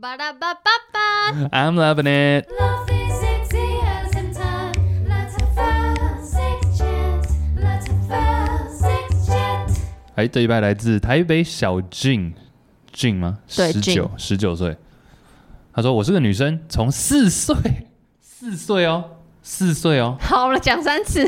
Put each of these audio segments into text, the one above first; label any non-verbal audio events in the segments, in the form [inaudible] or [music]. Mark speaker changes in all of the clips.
Speaker 1: 巴拉巴巴巴
Speaker 2: I'm loving it。
Speaker 3: Love is sexy as in time. Let's have a sex chat. Let's have a sex chat.
Speaker 2: 哎，这一拜来自台北小静，静吗？
Speaker 4: 对
Speaker 2: 十
Speaker 4: 静
Speaker 2: 九十九岁。他说：“我是个女生，从四岁，四岁哦，四岁哦，
Speaker 1: 好了，讲三次，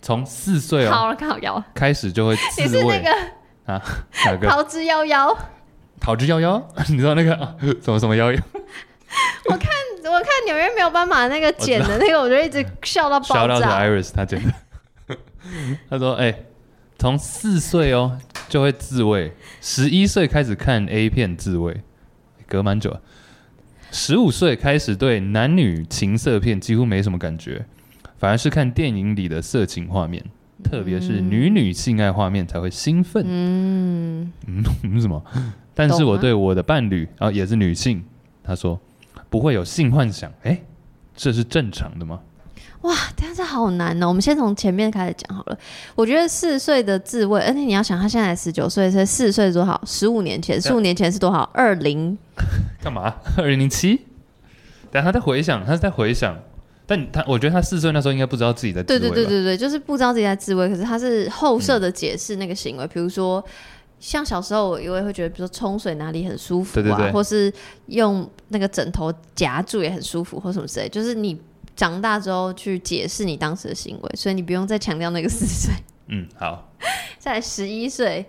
Speaker 2: 从四岁哦
Speaker 1: 好了，靠腰，
Speaker 2: 开始就
Speaker 1: [laughs]
Speaker 2: 会
Speaker 1: 你
Speaker 2: 自
Speaker 1: 是那
Speaker 2: 慰
Speaker 1: 个
Speaker 2: 啊，哪个？
Speaker 1: 桃之夭夭。
Speaker 2: 桃之夭夭， [laughs] 你知道那个啊什么什么夭夭？
Speaker 1: 我看纽约没有办法那个剪的那个，我就一直笑到爆
Speaker 2: Shout out to
Speaker 1: 炸。
Speaker 2: Iris，他真的， [laughs] 他说：“哎、从四岁哦就会自慰，十一岁开始看 A 片自慰，隔蛮久啊。十五岁开始对男女情色片几乎没什么感觉，反而是看电影里的色情画面，特别是女女性爱画面才会兴奋。
Speaker 4: 嗯，
Speaker 2: [laughs] 嗯，什么？但是
Speaker 4: 懂
Speaker 2: 我
Speaker 4: 吗
Speaker 2: 对我的伴侣，啊、也是女性，她说不会有性幻想，哎、这是正常的吗？
Speaker 4: 哇，但是好难哦。我们先从前面开始讲好了。我觉得四岁的自慰，而且你要想，他现在十九岁，所以四岁是多少？十五年前，十五年前是多少？二零
Speaker 2: 干嘛？二零零七？但他在回想，他是在回想，但他我觉得他四岁那时候应该不知道自己在自
Speaker 4: 对
Speaker 2: 慰
Speaker 4: 对
Speaker 2: 吧
Speaker 4: 对对对，就是不知道自己在自慰，可是他是后
Speaker 2: 嗯
Speaker 4: 设的解释那个行为，比如说。像小时候，我也会会觉得，比如说冲水哪里很舒服啊，
Speaker 2: 对对对
Speaker 4: 或是用那个枕头夹住也很舒服，或什么之类。就是你长大之后去解释你当时的行为，所以你不用再强调那个四岁， [laughs]
Speaker 2: 嗯，好，
Speaker 4: 在十一岁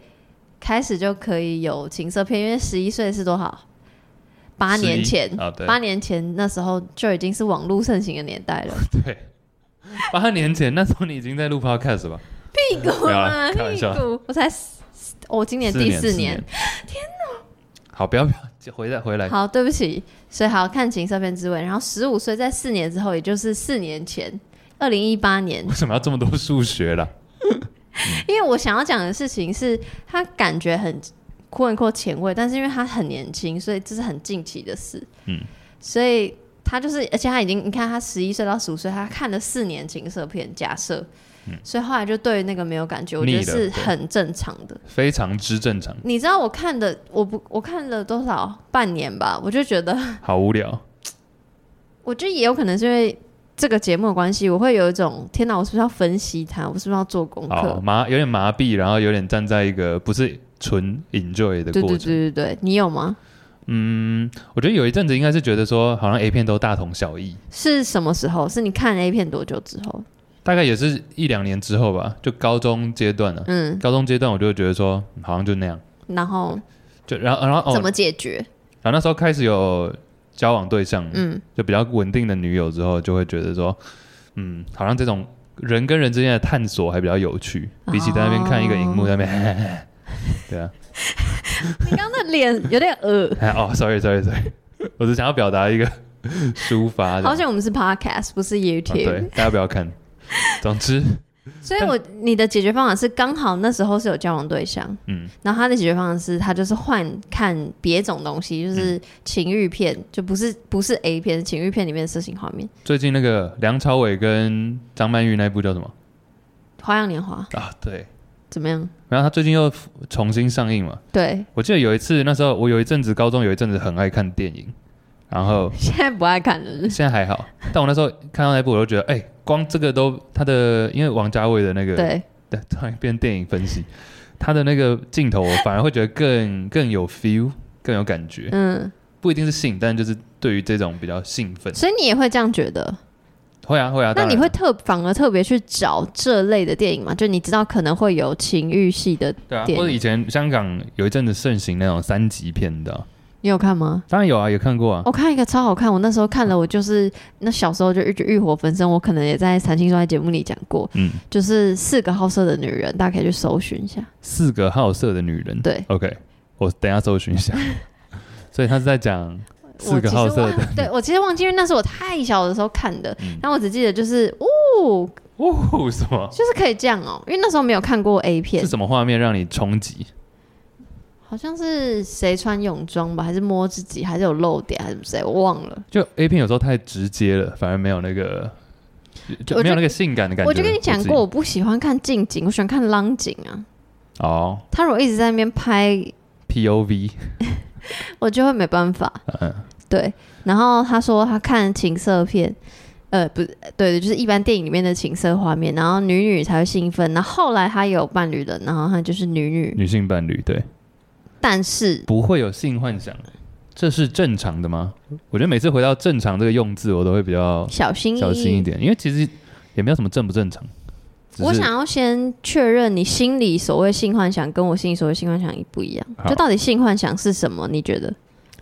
Speaker 4: 开始就可以有情色片，因为十一岁是多少？八年
Speaker 2: 11
Speaker 4: 前，
Speaker 2: 啊，对，
Speaker 4: 八年前那时候就已经是网络盛行的年代了。
Speaker 2: 对，八年前那时候你已经在录 podcast 了吧？
Speaker 4: 屁股
Speaker 2: [laughs] 没有啦
Speaker 4: 啊，
Speaker 2: 开玩
Speaker 4: 屁
Speaker 2: 笑
Speaker 4: 股！我才四，我、今年第
Speaker 2: 四
Speaker 4: 四
Speaker 2: 年，
Speaker 4: 年。
Speaker 2: 天哪！好，不要不要，回来回来，
Speaker 4: 好，对不起，所以好看情色片之吻。然后十五岁在四年之后，也就是四年前，二零一八
Speaker 2: [laughs]
Speaker 4: 年
Speaker 2: 为，什么要这么多数学啦？
Speaker 4: 因为我想要讲的事情是，他感觉很困惑前卫，但是因为他很年轻，所以这是很近期的事。
Speaker 2: 嗯，
Speaker 4: 所以他就是，而且他已经，你看他十一岁到十五岁，他看了四年情色片，假设，所以后来就对那个没有感觉，我觉得
Speaker 2: 嗯腻了
Speaker 4: 是
Speaker 2: 对
Speaker 4: 很正常的。
Speaker 2: 非常之正常，
Speaker 4: 你知道我看的，我不我看了多少半年吧，我就觉得， [laughs]
Speaker 2: 好无聊。
Speaker 4: 我觉得也有可能是因为这个节目的关系，我会有一种天哪，我是不是要分析它？我是不是要做功
Speaker 2: 好
Speaker 4: 课？
Speaker 2: 麻，有点麻痹，然后有点站在一个不是纯 enjoy 的
Speaker 4: 对
Speaker 2: 过
Speaker 4: 对
Speaker 2: 程。
Speaker 4: 对对对，你有吗？
Speaker 2: 嗯，我觉得有一阵子应该是觉得说，好像 A 片都大同小异，
Speaker 4: 是什么时候？是你看 A 片多久之后？
Speaker 2: 大概也是一两年之后吧，就高中阶段了、
Speaker 4: 嗯，
Speaker 2: 高中阶段我就会觉得说，嗯好像就那样。
Speaker 4: 然后
Speaker 2: 就然后然后哦
Speaker 4: 怎，么解决？
Speaker 2: 然后那时候开始有交往对象，
Speaker 4: 嗯，
Speaker 2: 就比较稳定的女友之后，就会觉得说，嗯，好像这种人跟人之间的探索还比较有趣，
Speaker 4: 哦
Speaker 2: 比起在那边看一个荧幕在那边。 [laughs] 对啊，。
Speaker 4: 你刚刚的脸有点恶
Speaker 2: [laughs] 哎哦，sorry，sorry，sorry，我 [laughs] 只想要表达一个 [laughs] 抒发这样。
Speaker 4: 好像我们是 podcast，不是
Speaker 2: 啊
Speaker 4: YouTube，、
Speaker 2: 对，大家不要看。总之，
Speaker 4: 所以我你的解决方法是刚好那时候是有交往对象，
Speaker 2: 嗯，
Speaker 4: 然后他的解决方式，他就是换看别种东西，
Speaker 2: 嗯
Speaker 4: 就是情欲片，就不是不是 A 片，是情欲片里面的色情画面，
Speaker 2: 最近那个梁朝伟跟张曼玉那一部叫什么
Speaker 4: 《花样年华》
Speaker 2: 啊？对，
Speaker 4: 怎么样？
Speaker 2: 然后他最近又重新上映嘛。
Speaker 4: 对， [laughs]
Speaker 2: 我记得有一次，那时候我有一阵子高中有一阵子很爱看电影，然后
Speaker 4: 现在不爱看了。
Speaker 2: 现在还好，但我那时候看到那一部，我就觉得，哎、光这个都他的，因为王家卫的那个，
Speaker 4: 对，
Speaker 2: 对，突然变电影分析，他的那个镜头，我反而会觉得更更有 feel，更有感觉，
Speaker 4: 嗯，
Speaker 2: 不一定是性，但就是对于这种比较兴奋，
Speaker 4: 所以你也会这样觉得？
Speaker 2: 会啊会啊，
Speaker 4: 那
Speaker 2: 当
Speaker 4: 你
Speaker 2: 然
Speaker 4: 会特反而特别去找这类的电影吗？就你知道可能会有情欲系的，
Speaker 2: 对啊，
Speaker 4: 点
Speaker 2: 或者以前香港有一阵子盛行那种三级片的啊、
Speaker 4: 你有看吗？
Speaker 2: 当然有啊，也看过啊，
Speaker 4: 我看一个超好看，我那时候看了，我就是那小时候就一直欲火焚身，我可能也在财经说爱节目里讲过，
Speaker 2: 嗯，
Speaker 4: 就是四个好色的女人，大家可以去搜寻一下。
Speaker 2: 四个好色的女人，
Speaker 4: 对
Speaker 2: ，OK，我等一下搜寻一
Speaker 4: [laughs]
Speaker 2: 下，所以他是在讲
Speaker 4: 我
Speaker 2: 四个
Speaker 4: 其实
Speaker 2: 好色
Speaker 4: 忘
Speaker 2: 的，
Speaker 4: 对我其实忘记，因为那是我太小的时候看的，
Speaker 2: 嗯，
Speaker 4: 但我只记得就是哦，
Speaker 2: 哦，什么？
Speaker 4: 就是可以这样哦，因为那时候没有看过 A 片
Speaker 2: 是，什么画面让你冲击？
Speaker 4: 好像是谁穿泳装吧，还是摸自己，还是有漏点，还是什么之类，我忘了。
Speaker 2: 就 A 片有时候太直接了，反而没有那个，就
Speaker 4: 我
Speaker 2: 没有
Speaker 4: 就
Speaker 2: 那个性感的感觉。
Speaker 4: 我就跟你讲
Speaker 2: 自己
Speaker 4: 过，我不喜欢看近景，我喜欢看浪景啊。
Speaker 2: 哦
Speaker 4: 他如果一直在那边拍，
Speaker 2: ，POV，
Speaker 4: 我就会没办法。
Speaker 2: 嗯，
Speaker 4: 对，然后他说他看情色片，呃，不是，对，就是一般电影里面的情色画面，然后女女才会兴奋。然后后来他有伴侣了，然后他就是女女，
Speaker 2: 女性伴侣对，
Speaker 4: 但是
Speaker 2: 不会有性幻想，这是正常的吗？我觉得每次回到“正常”这个用字，我都会比较
Speaker 4: 小心翼翼。
Speaker 2: 哦小心一点，因为其实也没有什么正不正常。只
Speaker 4: 我
Speaker 2: 是
Speaker 4: 想要先确认你心里所谓性幻想跟我心里所谓性幻想一不一样，
Speaker 2: 好
Speaker 4: 就到底性幻想是什么？你觉得？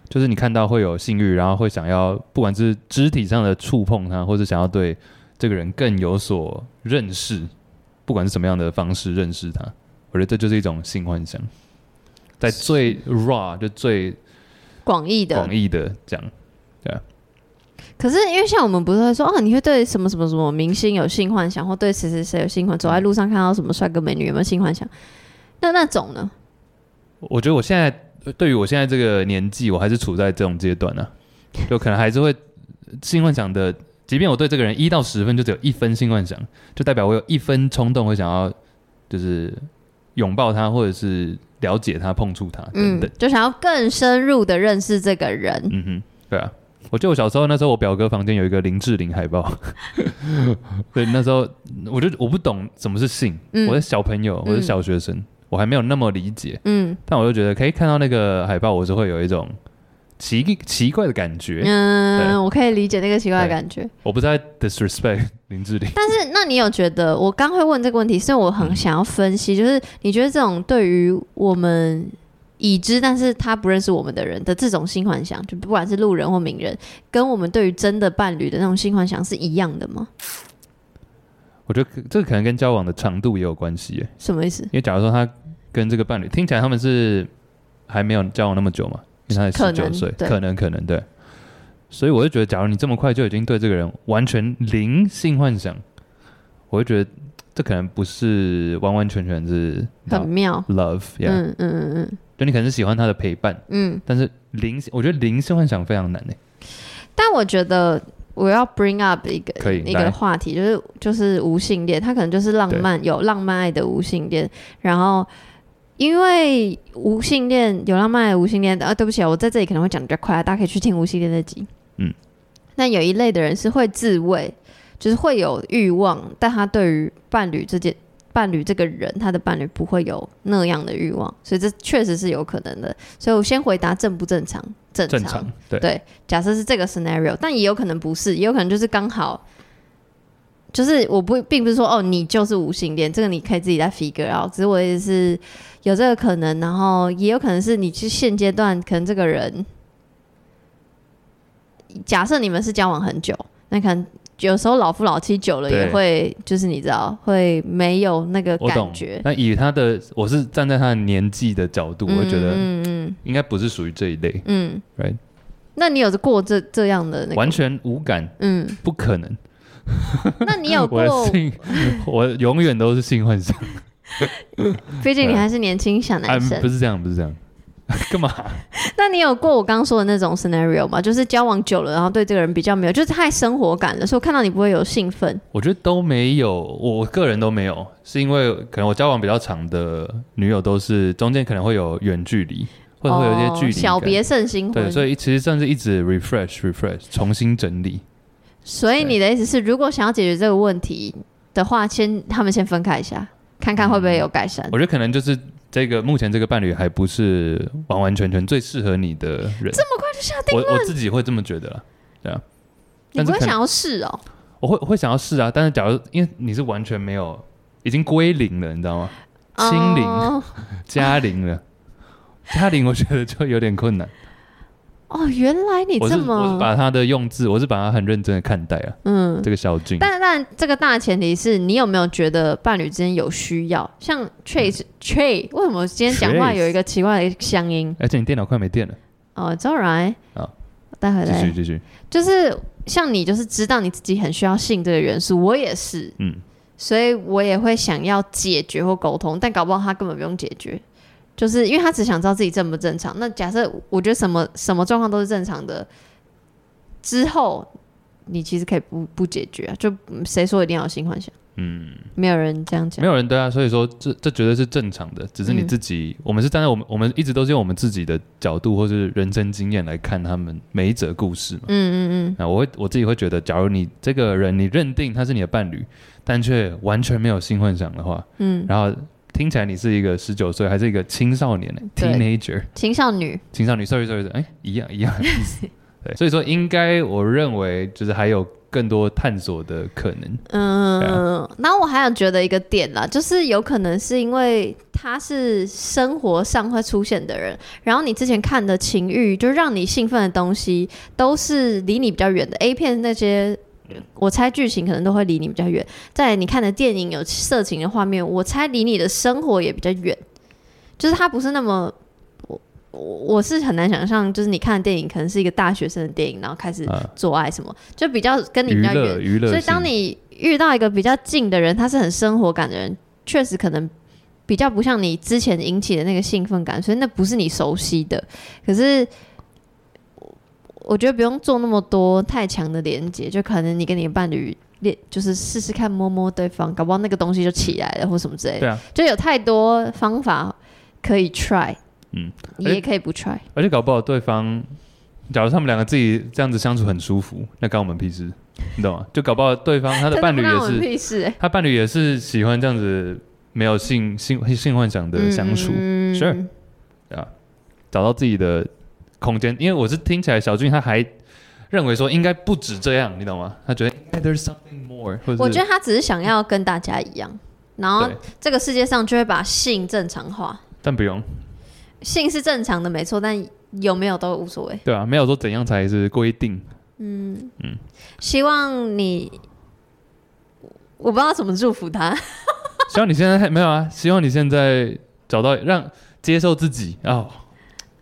Speaker 2: 就是你看到会有性欲，然后会想要，不管是肢体上的触碰他，或者想要对这个人更有所认识，不管是什么样的方式认识他，我觉得这就是一种性幻想，在最 raw 就最
Speaker 4: 广义的
Speaker 2: 广义的讲，
Speaker 4: 可是因为像我们不是会说哦，你会对什么什么什么明星有性幻想，或对谁谁谁有性幻走在路上看到什么帅哥美女有没有性幻想？那那种呢？
Speaker 2: 我觉得我现在呃对于我现在这个年纪，我还是处在这种
Speaker 4: [laughs]
Speaker 2: 阶段呢、啊，就可能还是会性幻想的。即便我对这个人一到十分，就只有一分性幻想，就代表我有一分冲动会想要，就是拥抱他，或者是了解他、碰触他等
Speaker 4: 嗯
Speaker 2: 等。，
Speaker 4: 就想要更深入的认识这个人。
Speaker 2: 嗯哼，对啊。我记得我小时候那时候，我表哥房间有一个林志玲海报， [laughs] 对，那时候我就我不懂什么是性，
Speaker 4: 嗯
Speaker 2: 我是小朋友，我是
Speaker 4: 嗯
Speaker 2: 小学生，我还没有那么理解，
Speaker 4: 嗯
Speaker 2: 但我就觉得可以看到那个海报，我是会有一种奇奇怪的感觉。对
Speaker 4: 嗯，我可以理解那个奇怪的感觉。
Speaker 2: 我不是在 disrespect 林志玲， [laughs]
Speaker 4: 但是，那你有觉得我刚会问这个问题，是因为我很想要分析，就是你觉得这种对于我们已知，但是他不认识我们的人的这种性幻想，就不管是路人或名人，跟我们对于真的伴侣的那种性幻想是一样的吗？
Speaker 2: 我觉得可这个可能跟交往的长度也有关系耶。
Speaker 4: 什么意思？
Speaker 2: 因为假如说他跟这个伴侣，听起来他们是还没有交往那么久嘛，因为他才
Speaker 4: 可
Speaker 2: 十九
Speaker 4: 能
Speaker 2: 岁，
Speaker 4: 对
Speaker 2: 可能可能对。所以我就觉得，假如你这么快就已经对这个人完全零性幻想，我会觉得这可能不是完完全全是
Speaker 4: 很妙。
Speaker 2: love，yeah，、
Speaker 4: 嗯嗯嗯嗯
Speaker 2: 就你可能是喜欢他的陪伴，
Speaker 4: 嗯。
Speaker 2: 但是零，我觉得零性幻想非常难诶。
Speaker 4: 但我觉得我要 bring up 一个
Speaker 2: 可以
Speaker 4: 一
Speaker 2: 来
Speaker 4: 个话题，就是就是无性恋，它可能就是浪漫有浪漫爱的无性恋，然后。因为无性恋有浪漫爱的无性恋啊，对不起啊，我在这里可能会讲得比较快啊，大家可以去听无性恋那集。
Speaker 2: 嗯，
Speaker 4: 那有一类的人是会自慰，就是会有欲望，但他对于伴侣这件伴侣这个人，他的伴侣不会有那样的欲望，所以这确实是有可能的。所以我先回答正不正常，正常，
Speaker 2: 正常，对
Speaker 4: 对假设是这个 scenario，但也有可能不是，也有可能就是刚好，就是我不并不是说哦你就是无性恋，这个你可以自己再 figure out。只是我也是有这个可能，然后也有可能是你去现阶段可能这个人，假设你们是交往很久，那可能。有时候老夫老妻久了也
Speaker 2: 对
Speaker 4: 会，就是你知道会没有那个
Speaker 2: 我
Speaker 4: 感
Speaker 2: 懂
Speaker 4: 觉。。
Speaker 2: 那以他的，我是站在他的年纪的角度，我会觉得
Speaker 4: 嗯嗯
Speaker 2: 应该不是属于这一类，
Speaker 4: 嗯
Speaker 2: Right
Speaker 4: 那你有过这这样的那个？
Speaker 2: 完全无感，
Speaker 4: 嗯，
Speaker 2: 不可能。
Speaker 4: 那你有
Speaker 2: [laughs] 我的
Speaker 4: 过？
Speaker 2: 性，我永远都是性幻想。
Speaker 4: 毕竟你还是年轻小
Speaker 2: 啊
Speaker 4: 男，生
Speaker 2: [laughs] 不。是这样，不是这样。干嘛？
Speaker 4: 那你有过我刚刚说的那种 scenario 吗？就是交往久了，然后对这个人比较没有，就是太生活感了，所以我看到你不会有兴奋。
Speaker 2: 我觉得都没有，我我个人都没有，是因为可能我交往比较长的女友都是中间可能会有远距离，或者会有一些距离
Speaker 4: 哦
Speaker 2: 感、
Speaker 4: 小别胜新婚。
Speaker 2: 对，所以其实算是一直 refresh refresh 重新整理。
Speaker 4: 所以你的意思是，如果想要解决这个问题的话，先他们先分开一下，看看会不会有改善。
Speaker 2: 我觉得可能就是这个目前这个伴侣还不是完完全全最适合你的人，这么快就下定论？我我自己会这么觉得啦，对啊。
Speaker 4: 你不
Speaker 2: 但是
Speaker 4: 会
Speaker 2: 可能
Speaker 4: 想要试哦？
Speaker 2: 我会我会想要试啊，但是假如因为你是完全没有，已经归零了，你知道吗？清零、
Speaker 4: 哦
Speaker 2: 加零了， [laughs] 加零我觉得就有点困难。
Speaker 4: 哦，原来你
Speaker 2: 我是
Speaker 4: 这
Speaker 2: 我是
Speaker 4: 么
Speaker 2: 把他的用字，我是把他很认真的看待啊，
Speaker 4: 嗯。
Speaker 2: 这个小俊。
Speaker 4: 但但这个大前提是你有没有觉得伴侣之间有需要？像 Trace、Trace，为什么今天讲话
Speaker 2: Trace
Speaker 4: 有一个奇怪的乡音？
Speaker 2: 而且你电脑快没电了，
Speaker 4: 哦、i t s alright，
Speaker 2: 好
Speaker 4: 待会
Speaker 2: 继续
Speaker 4: 来。
Speaker 2: 继续，
Speaker 4: 就是像你，就是知道你自己很需要性这个元素，我也是，
Speaker 2: 嗯，
Speaker 4: 所以我也会想要解决或沟通，但搞不好他根本不用解决，就是因为他只想知道自己正不正常。那假设我觉得什么什么状况都是正常的，之后你其实可以不不解决啊，就嗯谁说一定要有性幻想？
Speaker 2: 嗯，
Speaker 4: 没有人这样讲
Speaker 2: 没。有人对啊，所以说这这绝对是正常的，只是你
Speaker 4: 嗯
Speaker 2: 自己，我们是站在我们我们一直都是用我们自己的角度或是人生经验来看他们每一则故事嘛。
Speaker 4: 嗯嗯
Speaker 2: 那我会我自己会觉得，假如你这个人你认定他是你的伴侣，但却完全没有性幻想的话，
Speaker 4: 嗯嗯，
Speaker 2: 然后听起来你是一个十九岁，还是一个青少年、欸、
Speaker 4: 对
Speaker 2: teenager
Speaker 4: 青少女，
Speaker 2: 青少年，sorry sorry，sorry，哎、一样一
Speaker 4: [laughs]
Speaker 2: 样的意思。对，所以说应该我认为就是还有更多探索的可能。对啊
Speaker 4: 嗯，那我还有觉得一个点啦，就是有可能是因为他是生活上会出现的人，然后你之前看的情欲，就让你兴奋的东西，都是离你比较远的 A 片那些。我猜剧情可能都会离你比较远，在你看的电影有色情的画面，我猜离你的生活也比较远，就是它不是那么，我我我是很难想象，就是你看的电影可能是一个大学生的电影，然后开始
Speaker 2: 啊
Speaker 4: 做爱什么，就比较跟你
Speaker 2: 娱
Speaker 4: 比较远
Speaker 2: 乐，娱乐
Speaker 4: 所
Speaker 2: 性，
Speaker 4: 以当你遇到一个比较近的人，他是很生活感的人，确实可能比较不像你之前引起的那个兴奋感，所以那不是你熟悉的。可是我我觉得不用做那么多太强的连接，就可能你跟你的伴侣练，就是试试看摸摸对方，搞不好那个东西就起来了或什么之类的。
Speaker 2: 对啊，
Speaker 4: 就有太多方法可以 try，
Speaker 2: 嗯，
Speaker 4: 也可以不 try。
Speaker 2: 而且搞不好对方，假如他们两个自己这样子相处很舒服，那干我们屁事，你懂吗？就搞不好对方他
Speaker 4: 真
Speaker 2: 的
Speaker 4: 的
Speaker 2: 伴侣
Speaker 4: 不
Speaker 2: 也
Speaker 4: 关我们
Speaker 2: 是，
Speaker 4: 屁事、欸，
Speaker 2: 他伴侣也是喜欢这样子没有性性性幻想的相处，
Speaker 4: 嗯
Speaker 2: Sure 找到自己的空间。因为我是听起来小俊他还认为说应该不止这样，你懂吗？他觉得应该 there's something more，或者是
Speaker 4: 我觉得他只是想要跟大家一样，然后
Speaker 2: 对，
Speaker 4: 这个世界上就会把性正常化，
Speaker 2: 但不用，
Speaker 4: 性是正常的没错，但有没有都无所谓。
Speaker 2: 对啊，没有说怎样才是规定。
Speaker 4: 希望你，我不知道怎么祝福他， [laughs]
Speaker 2: 希望你现在没有啊，希望你现在找到让接受自己哦，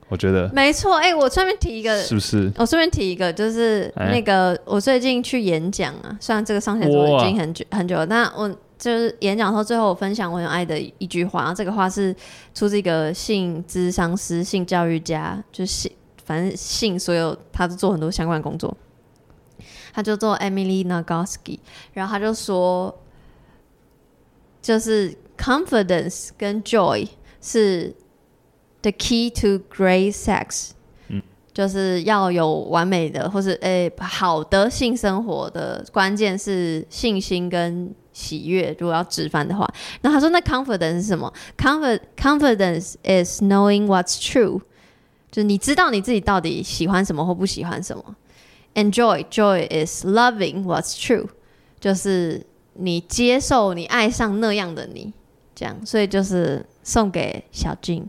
Speaker 2: 我觉得
Speaker 4: 没错。哎、我顺便提一个，
Speaker 2: 是不是？
Speaker 4: 我顺便提一个，就是
Speaker 2: 哎
Speaker 4: 那个、我最近去演讲啊，虽然这个上线做
Speaker 2: 哇
Speaker 4: 已经很久很久了，但我就是演讲后最后我分享我很爱的一句话，然后这个话是出自一个性咨商师、性教育家，就是性反正性所有他都做很多相关的工作，他就做 Emily Nagoski，然后他就说，就是 confidence 跟 joy 是 the key to great sex。就是要有完美的或是诶、好的性生活的关键是信心跟喜悦。如果要直翻的话，那他说那 confidence 是什么？confid confidence is knowing what's true，就是你知道你自己到底喜欢什么或不喜欢什么。Enjoy joy is loving what's true，就是你接受你爱上那样的你，这样。所以就是送给小静，